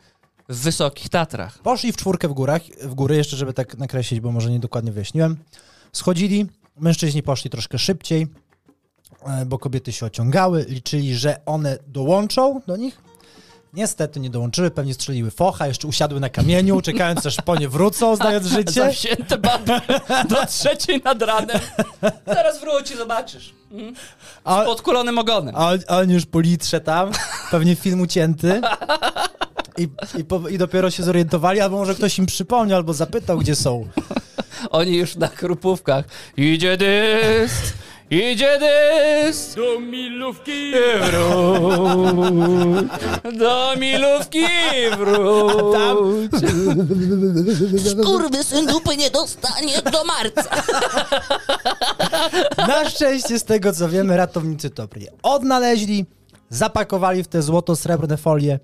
Speaker 1: w Wysokich Tatrach.
Speaker 2: Poszli w czwórkę w górach, w góry jeszcze, żeby tak nakreślić, bo może niedokładnie wyjaśniłem. Schodzili, mężczyźni poszli troszkę szybciej, e, bo kobiety się ociągały, liczyli, że one dołączą do nich. Niestety nie dołączyły, pewnie strzeliły focha, jeszcze usiadły na kamieniu, czekając aż po nie wrócą, zdając
Speaker 1: <laughs>
Speaker 2: życie.
Speaker 1: Zawzięte baby do trzeciej nad ranem. Zaraz wróci, zobaczysz.
Speaker 2: A,
Speaker 1: Pod kulonym ogonem.
Speaker 2: a, a oni już po litrze tam, pewnie film ucięty. I, i, po, I dopiero się zorientowali, albo może ktoś im przypomniał, albo zapytał, gdzie są.
Speaker 1: Oni już na krupówkach. Idzie dyst, idzie dyst.
Speaker 3: Do milówki!
Speaker 1: Wróć do milówki, wróć.
Speaker 4: Skurwysyn dupy nie dostanie do marca.
Speaker 2: Na szczęście, z tego co wiemy, ratownicy Topry je odnaleźli, zapakowali w te złoto-srebrne folie,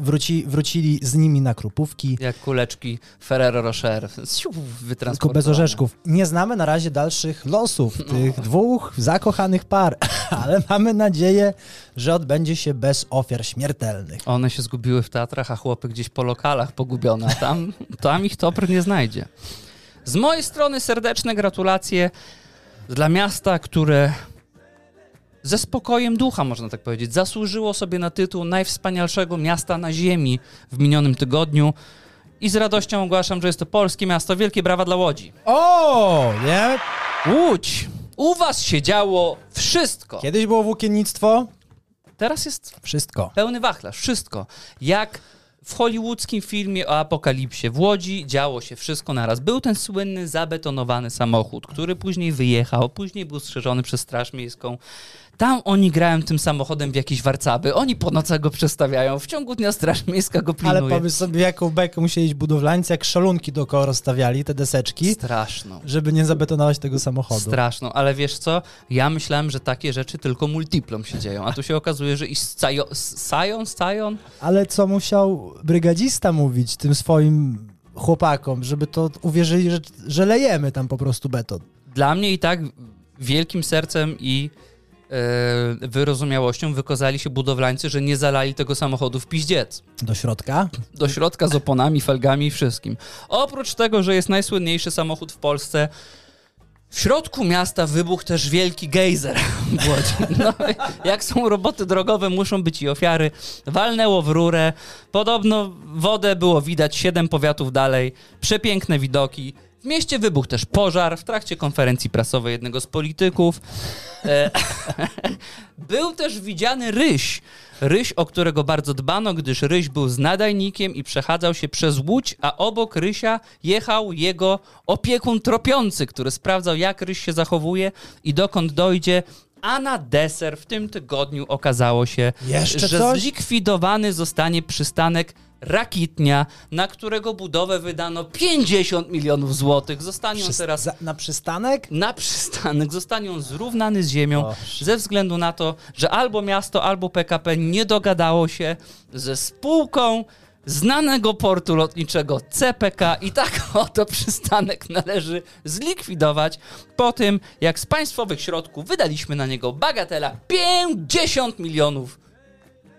Speaker 2: wróci, wrócili z nimi na krupówki,
Speaker 1: Jak kuleczki Ferrero Rocher. Siu,
Speaker 2: tylko
Speaker 1: Wytransportowane.
Speaker 2: bez orzeszków. Nie znamy na razie dalszych losów tych dwóch zakochanych par, <laughs> ale mamy nadzieję, że odbędzie się bez ofiar śmiertelnych.
Speaker 1: One się zgubiły w teatrach, a chłopy gdzieś po lokalach pogubione. a Tam, tam ich topr nie znajdzie. Z mojej strony serdeczne gratulacje dla miasta, które ze spokojem ducha, można tak powiedzieć, zasłużyło sobie na tytuł najwspanialszego miasta na ziemi w minionym tygodniu. I z radością ogłaszam, że jest to polskie miasto. Wielkie brawa dla Łodzi.
Speaker 2: O, nie?
Speaker 1: Łódź! U was się działo wszystko.
Speaker 2: Kiedyś było włókiennictwo?
Speaker 1: Teraz jest
Speaker 2: Wszystko.
Speaker 1: Pełny wachlarz, wszystko. Jak w hollywoodzkim filmie o apokalipsie w Łodzi działo się wszystko naraz. Był ten słynny zabetonowany samochód, który później wyjechał, później był strzeżony przez Straż Miejską. Tam oni grają tym samochodem w jakieś warcaby, oni po nocach go przestawiają, w ciągu dnia Straż Miejska go pilnuje.
Speaker 2: Ale pomyśl sobie, jaką bekę musieli iść budowlańcy, jak szalunki dookoła rozstawiali, te deseczki,
Speaker 1: Straszną.
Speaker 2: żeby nie zabetonować tego samochodu.
Speaker 1: Straszną, ale wiesz co? Ja myślałem, że takie rzeczy tylko multiplom się dzieją, a tu się okazuje, że i scajo- Sajon, Sajon,
Speaker 2: Ale co musiał brygadzista mówić tym swoim chłopakom, żeby to uwierzyli, że, że lejemy tam po prostu beton.
Speaker 1: dla mnie i tak wielkim sercem i e, wyrozumiałością wykazali się budowlańcy, że nie zalali tego samochodu w piździec.
Speaker 2: Do środka?
Speaker 1: Do środka z oponami, felgami i wszystkim. Oprócz tego, że jest najsłynniejszy samochód w Polsce, w środku miasta wybuchł też wielki gejzer <laughs> w Łodzi. No, jak są roboty drogowe, muszą być i ofiary. Walnęło w rurę. Podobno wodę było widać siedem powiatów dalej. Przepiękne widoki. W mieście wybuchł też pożar w trakcie konferencji prasowej jednego z polityków. E, był też widziany ryś. Ryś, o którego bardzo dbano, gdyż ryś był z nadajnikiem i przechadzał się przez łódź, a obok rysia jechał jego opiekun tropiący, który sprawdzał, jak ryś się zachowuje i dokąd dojdzie. A na deser w tym tygodniu okazało się,
Speaker 2: Jeszcze
Speaker 1: że
Speaker 2: coś?
Speaker 1: zlikwidowany zostanie przystanek Rakitnia, na którego budowę wydano 50 milionów złotych. Zostanie on
Speaker 2: Przyst-
Speaker 1: teraz
Speaker 2: za- na przystanek?
Speaker 1: na przystanek zostanie on zrównany z ziemią
Speaker 2: Och.
Speaker 1: ze względu na to, że albo miasto, albo PKP nie dogadało się ze spółką znanego portu lotniczego CPK i tak <laughs> oto przystanek należy zlikwidować po tym, jak z państwowych środków wydaliśmy na niego bagatela 50 milionów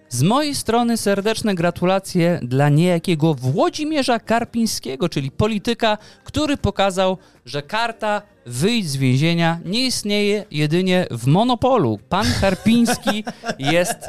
Speaker 1: z mojej strony serdeczne gratulacje dla niejakiego Włodzimierza Karpińskiego, czyli polityka, który pokazał, że karta wyjść z więzienia nie istnieje jedynie w monopolu. Pan
Speaker 2: <laughs>
Speaker 1: Karpiński jest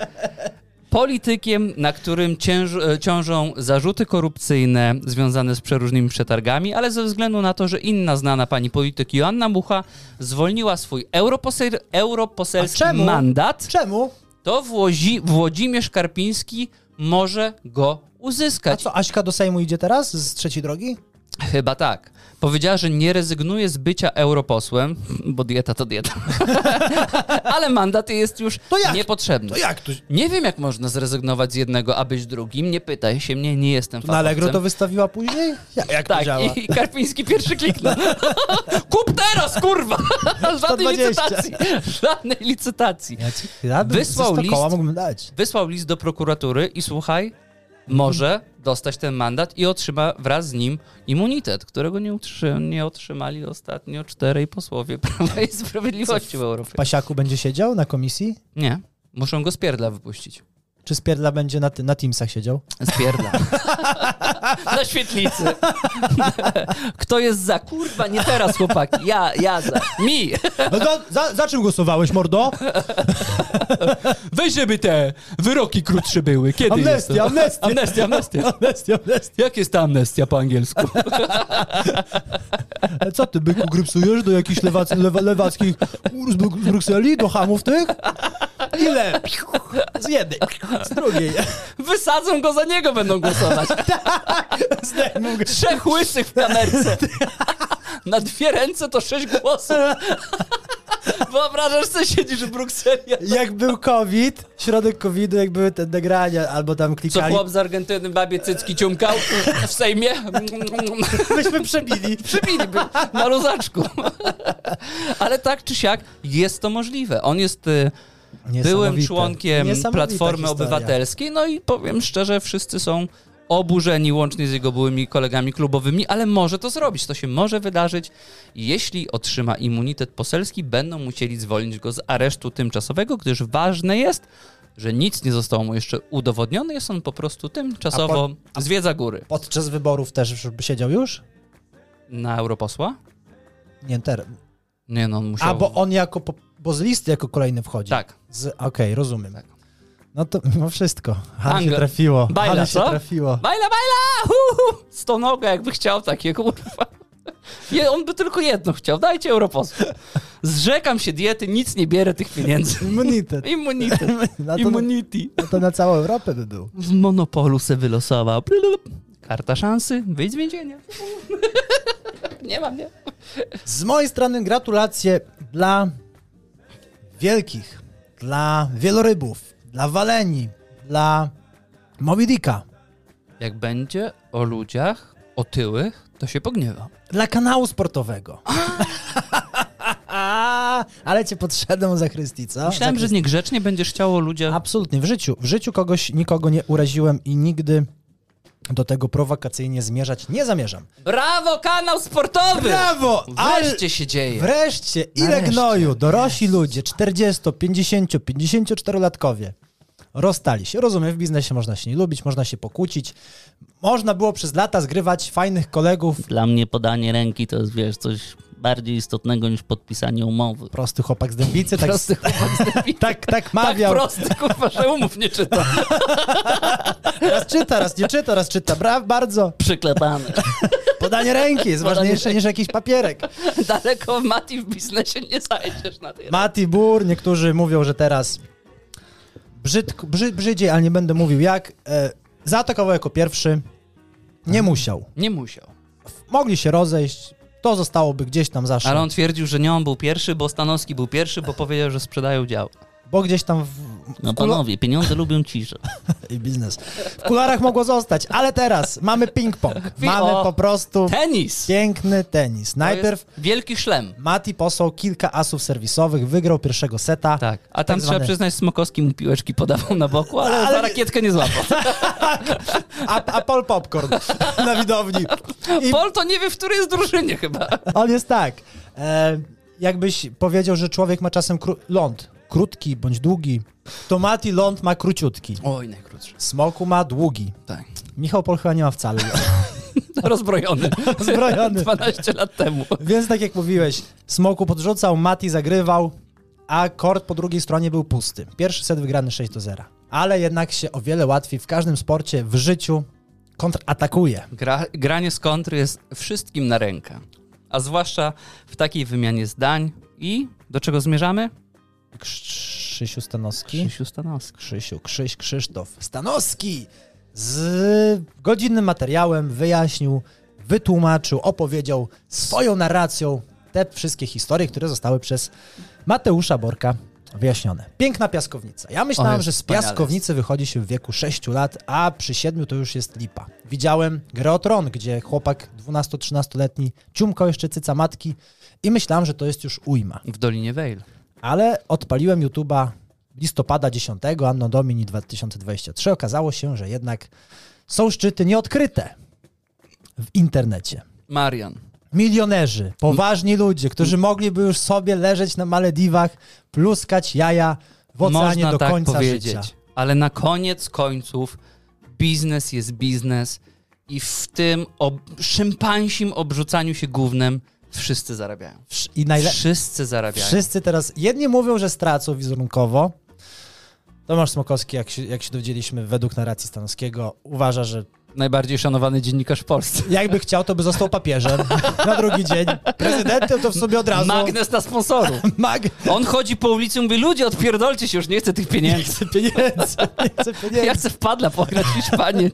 Speaker 1: politykiem, na którym cięż, e, ciążą zarzuty korupcyjne związane z przeróżnymi przetargami, ale ze względu na to, że inna znana pani polityk Joanna Mucha zwolniła swój europoseł, europoselski
Speaker 2: A czemu?
Speaker 1: mandat
Speaker 2: Czemu?
Speaker 1: to Włozi- Włodzimierz Karpiński może go
Speaker 2: A
Speaker 1: uzyskać.
Speaker 2: co, Aśka do Sejmu idzie teraz z trzeciej drogi?
Speaker 1: Chyba tak. Powiedziała, że nie rezygnuje z bycia europosłem, bo dieta to dieta. <laughs> Ale mandat jest już
Speaker 2: To jak?
Speaker 1: niepotrzebny.
Speaker 2: To jak? To,
Speaker 1: Nie wiem, No jak można zrezygnować z jednego, a być drugim. Nie pytaj się mnie, nie jestem
Speaker 2: na Allegro no to
Speaker 1: fachowcem.
Speaker 2: wystawiła później? Ja, jak to
Speaker 1: Tak,
Speaker 2: działa?
Speaker 1: i, i Karpiński pierwszy
Speaker 2: <laughs>
Speaker 1: kliknął. Kup teraz, kurwa! Żadnej
Speaker 2: 120.
Speaker 1: licytacji. Żadnej licytacji.
Speaker 2: Ja ci, ja bym
Speaker 1: Wysłał
Speaker 2: ze sto koła
Speaker 1: list.
Speaker 2: mógłbym dać.
Speaker 1: wysłał list do prokuratury i słuchaj, może dostać ten mandat i otrzyma wraz z nim immunitet, którego nie, utrzy, nie otrzymali ostatnio czterej posłowie Prawa i Sprawiedliwości w Europie.
Speaker 2: Pasiaku będzie siedział na komisji?
Speaker 1: Nie, muszą go z pierdla wypuścić.
Speaker 2: Czy Spierdla będzie na, ty- na Teamsach siedział?
Speaker 1: Z pierdla. <laughs> Na świetlicy. <laughs> Kto jest za? Kurwa, nie teraz, chłopaki. Ja, ja za. Mi.
Speaker 2: No za, za, za czym głosowałeś, mordo?
Speaker 1: Weź, żeby te wyroki krótsze były. Kiedy
Speaker 2: Amnestia,
Speaker 1: jest to?
Speaker 2: amnestia.
Speaker 1: amnestia, amnestia.
Speaker 2: Amnestia, amnestia.
Speaker 1: Jak jest ta amnestia po angielsku?
Speaker 2: Ale E, Co ty, byku, grypsujesz do jakichś lewac, lewa, lewackich ur z, Bruk- z Brukseli, do hamów tych? Ile? Z jednej, z drugiej.
Speaker 1: Wysadzą go, za niego będą głosować.
Speaker 2: Zdejmą go.
Speaker 1: Trzech łysych w kamerce. Na dwie ręce to sześć głosów. Wyobrażasz sobie, siedzisz w Brukseli. a-
Speaker 2: Jak był COVID, środek COVID-u, jak były te nagrania, albo tam
Speaker 1: Co
Speaker 2: klikali.
Speaker 1: chłop z Argentyny babie cycki ciumkał w Sejmie?
Speaker 2: Myśmy przebili.
Speaker 1: Przybiliby na luzaczku. Ale tak czy siak jest to możliwe. On jest y, byłym
Speaker 2: Niesamowite.
Speaker 1: członkiem
Speaker 2: Niesamowita
Speaker 1: Platformy
Speaker 2: historia.
Speaker 1: Obywatelskiej, no i powiem szczerze, wszyscy są oburzeni łącznie z jego byłymi kolegami klubowymi, ale może to zrobić, to się może wydarzyć. Jeśli otrzyma immunitet poselski, będą musieli zwolnić go z aresztu tymczasowego, gdyż ważne jest, że nic nie zostało mu jeszcze udowodnione, jest on po prostu tymczasowo zwiedza góry.
Speaker 2: Podczas wyborów też by siedział już?
Speaker 1: Na europosła?
Speaker 2: Nie, teraz.
Speaker 1: Nie no, on musiał...
Speaker 2: A, bo on jako, po- bo z listy jako kolejny wchodzi.
Speaker 1: Tak.
Speaker 2: Z- Okej, rozumiem.
Speaker 1: Tak.
Speaker 2: No to mimo wszystko. Ale
Speaker 1: Anglo-
Speaker 2: się trafiło.
Speaker 1: Bajla,
Speaker 2: Ale się
Speaker 1: co?
Speaker 2: trafiło.
Speaker 1: Bajla, bajla! Hu, hu. Stonoga, jakby chciał takie, kurwa. Je, on by tylko jedno chciał. Dajcie europosła. Zrzekam się diety, nic nie bierę tych pieniędzy. <laughs>
Speaker 2: Immunitet.
Speaker 1: Immunity.
Speaker 2: Na to,
Speaker 1: Immunity.
Speaker 2: na to na całą Europę by był.
Speaker 1: Z monopolu se wylosował. Plulup. Karta szansy, wyjdź z więzienia. Nie mam, nie?
Speaker 2: Z mojej strony gratulacje dla wielkich, dla wielorybów, dla Walenii, dla Moby Dicka,
Speaker 1: Jak będzie o ludziach otyłych, to się pogniewa.
Speaker 2: dla kanału sportowego. <laughs> Ale cię podszedłem za Chrysti, co?
Speaker 1: Myślałem,
Speaker 2: Za
Speaker 1: że niegrzecznie będziesz chciał o ludziach.
Speaker 2: Absolutnie, w życiu. W życiu kogoś, nikogo nie uraziłem i nigdy do tego prowokacyjnie zmierzać nie zamierzam.
Speaker 1: Brawo, kanał sportowy!
Speaker 2: Brawo! Ale
Speaker 1: Wreszcie się dzieje.
Speaker 2: wreszcie, ile
Speaker 1: Nareszcie.
Speaker 2: gnoju, dorośli ludzie, 40, 50, 54-latkowie, rozstali się. Rozumiem, w biznesie można się nie lubić, można się pokłócić. Można było przez lata zgrywać fajnych kolegów,
Speaker 3: Dla mnie podanie ręki to jest, wiesz, coś bardziej istotnego niż podpisanie umowy.
Speaker 2: prosty chłopak z dębicy, tak,
Speaker 1: Prosty chłopak z Dębicy.
Speaker 2: <laughs> tak, tak
Speaker 1: Tak
Speaker 2: mawiał.
Speaker 1: prosty, kurwa, że umów nie czyta.
Speaker 2: raz czyta, raz nie czyta, raz czyta. Braw, bardzo.
Speaker 3: Przyklepane.
Speaker 2: Podanie ręki jest
Speaker 1: Podanie
Speaker 2: ważniejsze niż jakiś papierek.
Speaker 1: <laughs> Daleko Mati w biznesie nie zajdziesz na tej
Speaker 2: Mati Bur, niektórzy mówią, że teraz brzydko, brzy, brzydziej, ale nie będę mówił jak. E, zaatakował jako pierwszy.
Speaker 1: Mhm.
Speaker 2: Nie musiał.
Speaker 1: Nie musiał.
Speaker 2: Mogli się rozejść. To zostałoby gdzieś tam zawsze.
Speaker 1: Ale on twierdził, że nie on był pierwszy, bo Stanowski był pierwszy, bo powiedział, że sprzedają dział.
Speaker 2: bo gdzieś tam w,
Speaker 3: No
Speaker 2: w, kulo-
Speaker 3: panowie, pieniądze lubią ciszę.
Speaker 2: i biznes. W kularach mogło zostać, ale teraz mamy
Speaker 1: <laughs>
Speaker 2: ping-pong.
Speaker 1: Wi-
Speaker 2: Mamy
Speaker 1: o.
Speaker 2: po prostu
Speaker 1: Tenis!
Speaker 2: piękny tenis.
Speaker 1: To
Speaker 2: Najpierw
Speaker 1: jest wielki szlem.
Speaker 2: Mati posłał kilka asów serwisowych, wygrał pierwszego seta.
Speaker 1: Tak. A tam
Speaker 2: Tak
Speaker 1: trzeba
Speaker 2: zwany-
Speaker 1: przyznać, Smokowski mu piłeczki podawał na boku, ale,
Speaker 2: Ale
Speaker 1: za
Speaker 2: nie-
Speaker 1: rakietkę nie złapał.
Speaker 2: A, a Paul Popcorn <laughs> na widowni. <laughs> I
Speaker 1: Pol to nie wie, w której jest drużynie chyba.
Speaker 2: on jest tak. E, jakbyś powiedział, że człowiek ma czasem kró- ląd krótki bądź długi, to Mati ląd ma króciutki.
Speaker 1: Oj, najkrótszy.
Speaker 2: Smoku ma długi.
Speaker 1: Tak.
Speaker 2: Michał Pol chyba nie ma wcale. <laughs>
Speaker 1: Rozbrojony.
Speaker 2: Zbrojony.
Speaker 1: 12 lat temu.
Speaker 2: Więc tak jak mówiłeś, Smoku podrzucał, Mati zagrywał, a kort po drugiej stronie był pusty. Pierwszy set wygrany 6 do 0. Ale jednak się o wiele łatwiej w każdym sporcie, w życiu kontratakuje.
Speaker 1: Gra, granie z kontry jest wszystkim na rękę. A zwłaszcza w takiej wymianie zdań. I do czego zmierzamy?
Speaker 2: Krzysiu Stanowski.
Speaker 1: Krzysiu Stanowski.
Speaker 2: Krzysiu, Krzyś, Krzysztof Stanowski z godzinnym materiałem wyjaśnił, wytłumaczył, opowiedział swoją narracją te wszystkie historie, które zostały przez Mateusza Borka wyjaśnione. Piękna piaskownica. Ja
Speaker 1: O,
Speaker 2: myślałem,
Speaker 1: jest
Speaker 2: że z
Speaker 1: wspaniale.
Speaker 2: piaskownicy wychodzi się w wieku 6 lat, a przy 7 to już jest lipa. Widziałem grę o tron, gdzie chłopak 12-13-letni ciumkał jeszcze cyca matki i myślałem, że to jest już ujma
Speaker 1: W Dolinie Vale.
Speaker 2: ale odpaliłem YouTube'a listopada 10, Anno Domini 2023. Okazało się, że jednak są szczyty nieodkryte w internecie.
Speaker 1: Marian.
Speaker 2: Milionerzy, poważni ludzie, którzy mogliby już sobie leżeć na Malediwach, pluskać jaja w oceanie
Speaker 1: Można
Speaker 2: do
Speaker 1: tak
Speaker 2: końca
Speaker 1: powiedzieć.
Speaker 2: życia.
Speaker 1: Ale na koniec końców biznes jest biznes i w tym ob- szympansim obrzucaniu się gównem wszyscy zarabiają.
Speaker 2: Wsz- I najle-
Speaker 1: Wszyscy zarabiają.
Speaker 2: wszyscy teraz, jedni mówią, że stracą wizerunkowo. Tomasz Smokowski, jak się, jak się dowiedzieliśmy, według narracji Stanowskiego, uważa, że
Speaker 1: Najbardziej szanowany dziennikarz w Polsce.
Speaker 2: Jakby chciał, to by został papieżem na drugi dzień. Prezydentem to w sobie od razu.
Speaker 1: Magnes na sponsorów.
Speaker 2: Mag...
Speaker 1: On chodzi po ulicy i mówi, ludzie, odpierdolcie się, już nie chcę tych
Speaker 2: Nie
Speaker 1: pieniędzy.
Speaker 2: <laughs> chcę pieniędzy, nie chcę
Speaker 1: Ja
Speaker 2: pieniędzy.
Speaker 1: chcę wpadla pograć w Hiszpanię.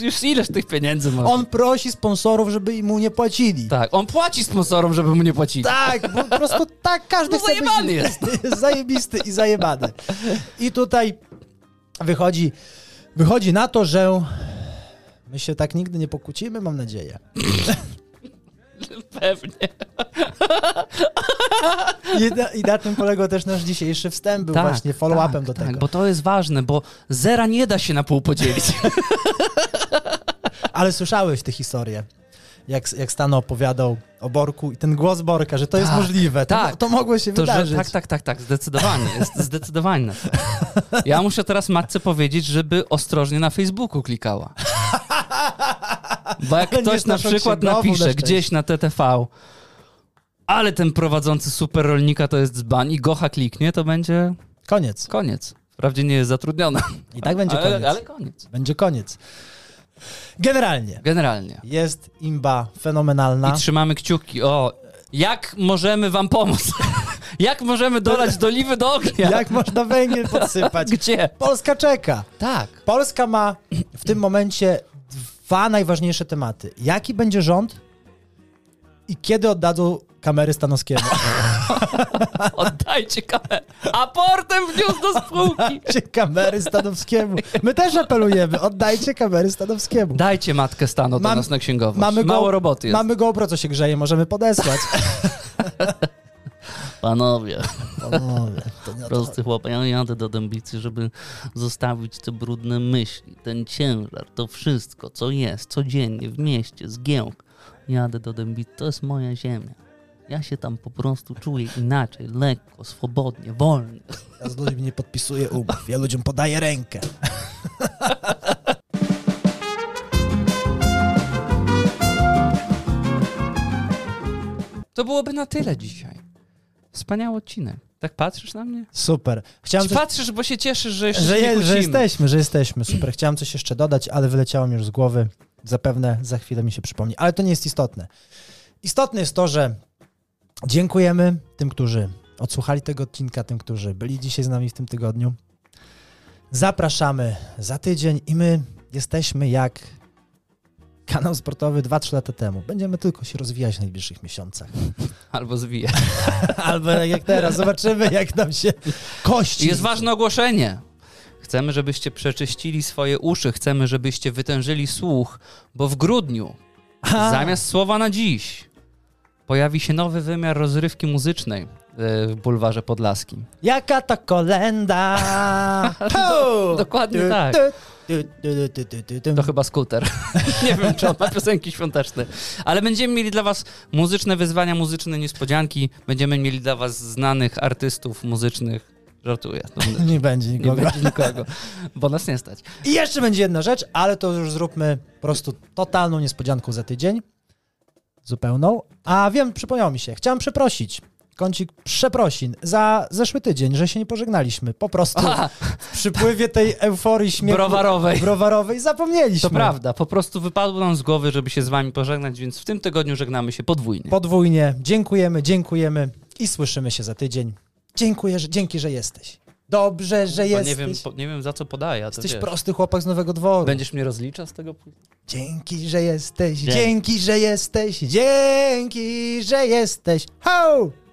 Speaker 1: Już ileż tych pieniędzy ma?
Speaker 2: On prosi sponsorów, żeby mu nie płacili.
Speaker 1: tak, on płaci sponsorom, żeby mu nie płacili.
Speaker 2: Tak, bo po prostu tak każdy
Speaker 1: No
Speaker 2: chce być-
Speaker 1: zajebany jest.
Speaker 2: jest zajebisty i zajebany. I tutaj wychodzi, wychodzi na to, że my się tak nigdy nie pokłócimy, mam nadzieję.
Speaker 1: Pewnie.
Speaker 2: I na, i na tym polegał też nasz dzisiejszy wstęp, był właśnie follow-upem do tego.
Speaker 1: Tak, bo to jest ważne, bo zera nie da się na pół podzielić.
Speaker 2: <laughs> Ale słyszałeś tę historię, jak, jak Stano opowiadał o Borku i ten głos Borka, że to jest
Speaker 1: Tak,
Speaker 2: możliwe, to,
Speaker 1: tak.
Speaker 2: to mogło się
Speaker 1: To, że,
Speaker 2: wydarzyć.
Speaker 1: tak, tak, tak, tak, zdecydowanie. Jest <laughs> zdecydowanie. na to. Ja muszę teraz matce powiedzieć, żeby ostrożnie na Facebooku klikała. Bo jak
Speaker 2: Ale nie
Speaker 1: ktoś
Speaker 2: z
Speaker 1: na
Speaker 2: naszą
Speaker 1: przykład
Speaker 2: księgową, na
Speaker 1: napisze
Speaker 2: szczęście.
Speaker 1: gdzieś na TTV, ale ten prowadzący super rolnika to jest dzban i gocha kliknie, to będzie
Speaker 2: Koniec.
Speaker 1: koniec. Wprawdzie nie jest zatrudniona.
Speaker 2: I tak będzie
Speaker 1: ale,
Speaker 2: koniec.
Speaker 1: Ale koniec.
Speaker 2: Będzie koniec. Generalnie
Speaker 1: Generalnie.
Speaker 2: jest imba fenomenalna.
Speaker 1: I trzymamy kciuki. O, jak możemy wam pomóc? <laughs> jak możemy dolać doliwy do ognia?
Speaker 2: Jak można
Speaker 1: <laughs>
Speaker 2: węgiel podsypać?
Speaker 1: Gdzie?
Speaker 2: Polska czeka.
Speaker 1: Tak.
Speaker 2: Polska ma w tym momencie dwa najważniejsze tematy. Jaki będzie rząd i kiedy oddadzą kamery
Speaker 1: <laughs>
Speaker 2: Stanowskiemu?
Speaker 1: Oddajcie kamerę. Aportem wniósł do spółki.
Speaker 2: Oddajcie kamery Stanowskiemu. My też apelujemy, oddajcie kamery Stanowskiemu.
Speaker 1: Dajcie matkę stanu do
Speaker 2: Mam-
Speaker 1: nas na księgowość.
Speaker 2: Mamy go-
Speaker 1: Mało roboty jest.
Speaker 2: Mamy GoPro, co się grzeje, możemy
Speaker 1: <laughs>
Speaker 2: podesłać.
Speaker 3: Panowie,
Speaker 2: Panowie, to nie o to
Speaker 3: prosty chłop, ja jadę do Dębicy, żeby zostawić te brudne myśli, ten ciężar, to wszystko, co jest codziennie w mieście, zgiełk. Jadę do Dębicy, to jest moja ziemia. Ja się tam po prostu czuję inaczej, lekko, swobodnie, wolnie.
Speaker 2: chodzi. Ja z ludźmi nie podpisuję umów, ja ludziom podaję rękę.
Speaker 1: To byłoby na tyle dzisiaj. Wspaniały odcinek. Tak patrzysz na mnie?
Speaker 2: Super. Chciałem
Speaker 1: Czy
Speaker 2: coś,
Speaker 1: patrzysz, bo się cieszysz, że jeszcze
Speaker 2: że,
Speaker 1: się nie
Speaker 2: je, że
Speaker 1: kłócimy?
Speaker 2: jesteśmy, że jesteśmy. Super. Chciałem coś jeszcze dodać, ale wyleciało mi już z głowy. Zapewne za chwilę mi się przypomni, ale to nie jest istotne. Istotne jest to, że dziękujemy tym, którzy odsłuchali tego odcinka, tym, którzy byli dzisiaj z nami w tym tygodniu. Zapraszamy za tydzień i my jesteśmy jak kanał sportowy 2-3 lata temu. Będziemy tylko się rozwijać w najbliższych miesiącach. <laughs>
Speaker 1: Albo zwija.
Speaker 2: Albo tak jak teraz, zobaczymy jak nam się kości.
Speaker 1: Jest ważne ogłoszenie. Chcemy, żebyście przeczyścili swoje uszy, chcemy, żebyście wytężyli słuch, bo w grudniu,
Speaker 2: A,
Speaker 1: zamiast słowa na dziś, pojawi się nowy wymiar rozrywki muzycznej e, w bulwarze podlaskim.
Speaker 2: Jaka to
Speaker 1: <laughs>
Speaker 2: kolenda! Ho!
Speaker 1: dokładnie
Speaker 2: Du,
Speaker 1: tak.
Speaker 2: du, du, du, du, du, du, du.
Speaker 1: To No chyba skuter. <laughs> Nie wiem, czy on ma piosenki świąteczne. Ale będziemy mieli dla was muzyczne wyzwania, muzyczne niespodzianki. Będziemy mieli dla was znanych artystów muzycznych. Żartuję. No,
Speaker 2: Nie będzie
Speaker 1: nie
Speaker 2: nikogo.
Speaker 1: będzie nikogo, bo nas nie stać.
Speaker 2: I jeszcze będzie jedna rzecz, ale to już zróbmy po prostu totalną niespodzianką za tydzień. Zupełną. A wiem, przypomniało mi się, chciałem przeprosić. Kącik przeprosin za zeszły tydzień, że się nie pożegnaliśmy. Po prostu
Speaker 1: Aha,
Speaker 2: w przypływie tej euforii śmiechu
Speaker 1: browarowej.
Speaker 2: browarowej zapomnieliśmy.
Speaker 1: To prawda, po prostu wypadło nam z głowy, żeby się z wami pożegnać, więc w tym tygodniu żegnamy się podwójnie.
Speaker 2: Podwójnie dziękujemy, dziękujemy i słyszymy się za tydzień. Dziękuję, że, dzięki, że jesteś. Dobrze, że
Speaker 1: Bo
Speaker 2: jesteś.
Speaker 1: nie, wiem, po, nie wiem za co podaję, a to
Speaker 2: jesteś
Speaker 1: wiesz.
Speaker 2: prosty chłopak z Nowego Dworu.
Speaker 1: Będziesz mnie rozliczał z tego? później?
Speaker 2: Dzięki, że jesteś,
Speaker 3: Dzięki.
Speaker 2: dzięki, że jesteś, dzięki, że jesteś. Ho!